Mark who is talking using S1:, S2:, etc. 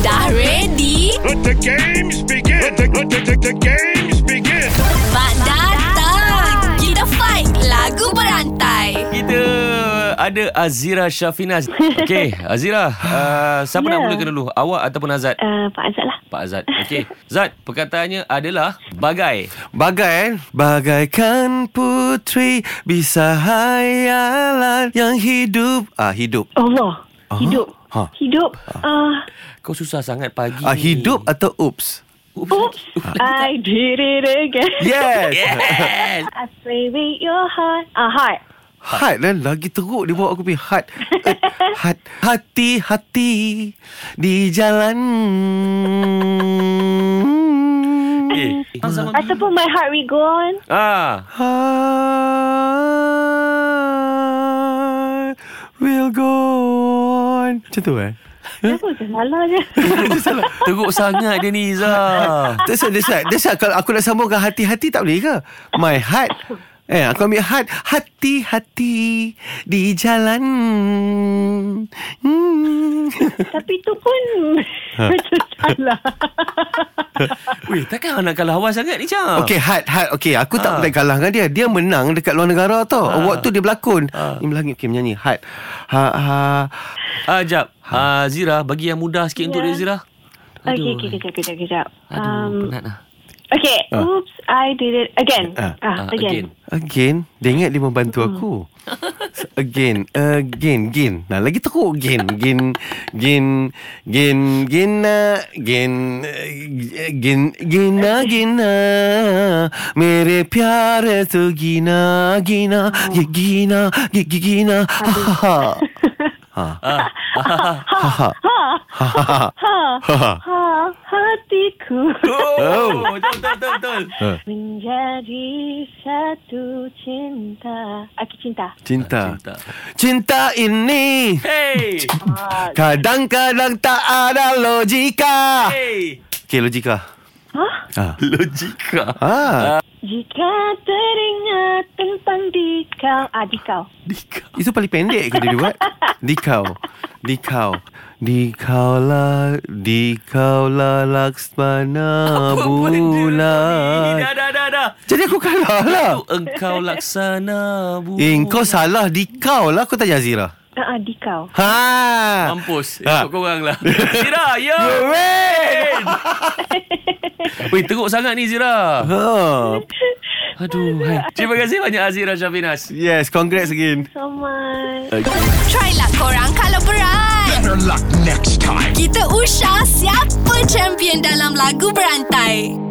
S1: Dah ready?
S2: Let the games begin. Let the, let the, the, the games begin.
S1: Mak datang! Kita fight lagu berantai.
S3: Kita ada Azira Syafina. Okey, Azira, uh, siapa yeah. nak
S4: Ya.
S3: mulakan dulu? Awak ataupun Azad?
S4: Uh, Pak Azad lah.
S3: Pak Azad. Okey. Zat, perkataannya adalah bagai.
S5: Bagai eh? Bagaikan putri Bisa hayalan Yang hidup Ah hidup
S4: Allah. Hidup.
S5: Ha.
S4: Hidup. Uh,
S3: Kau susah sangat pagi.
S5: ah, Hidup atau oops Ha. Ya.
S3: Oops.
S4: I did it again.
S5: Yes yeah.
S3: Yes.
S4: I play with your heart. Ah, heart.
S5: Heart kan Lagi teruk dia bawa aku pergi Heart Eh, Heart Hati-hati Di jalan
S3: Eh, hang sama-
S4: Ataupun my heart will go on.
S3: Ah,
S5: Heart Will go on Macam tu eh
S4: Kenapa Ya macam salah je?
S3: lah. teruk sangat dia ni Izzah.
S5: Ah, That's why, that's why, that's why Kalau aku nak sambungkan hati-hati tak boleh ke? My heart Eh, aku ambil heart Hati-hati Di jalan hmm.
S4: Tapi tu pun
S5: Ha.
S4: macam salah.
S3: Weh, takkan hang nak kalah awal sangat ni, Cam.
S5: Okay, heart, heart Okay, aku
S3: Ah.
S5: tak boleh kalah dengan dia Dia menang dekat luar negara tau
S3: Ah.
S5: Award tu dia berlakon
S3: Ah.
S5: Dia melangit, okay, menyanyi Heart ha, ha.
S3: Ah, jap. Ah, Zira, bagi yang mudah sikit untuk dia,
S4: Ya.
S3: Zira.
S4: okay, okay, kejap, kejap, kejap. Um,
S3: Aduh, penat lah.
S4: okay, oops, I did it again.
S5: Ah,
S4: ah,
S3: Ah,
S4: again.
S5: Again Dia ingat dia membantu aku Again Again Again Nah lagi teruk Again Again Again Again Again Again Again Gina Gina Mere pyar tu Gina Gina Ye Gina Ye ye Gina Ha ha ha
S3: Ah,
S5: Ha ha Ha ha ha
S4: Ha,
S5: Ha ha
S4: ha, hatiku
S3: Oh, betul, betul, betul, betul.
S5: Ha,
S4: menjadi satu cinta. Aku cinta.
S5: Cinta
S3: Cinta.
S5: Cinta ini
S3: Hey!
S4: Ah,
S5: Kadang-kadang tak ada logika
S3: Hey!
S5: Okay logika
S4: Hah?
S5: Ah.
S3: Logika.
S5: Ah,
S4: Jika teringat tentang dikau Ah, dikau
S5: itu paling pendek kau dia buat. Di kau. Di kau. Di kau lah, di kau lah Laksmana
S3: Apa pun dia ni? Dah,
S5: bulan.
S3: dah, dah, dah.
S5: Jadi aku kalah lah.
S3: Tu engkau laksana bu.
S5: Eh, kau salah di kau lah. Kau tanya Azira.
S4: Ah, ah, dikau
S5: Ha.
S3: Mampus
S5: Ha.
S3: Ikut korang lah Zira Yo
S5: Win.
S3: Weh teruk sangat ni Zira
S5: Ha.
S3: Aduh hai. Terima kasih banyak Azira Syafinas
S5: Yes, congrats again.
S4: So much
S1: Try lah korang kalau berat.
S2: Better luck next time.
S1: Kita usah siapa champion dalam lagu berantai.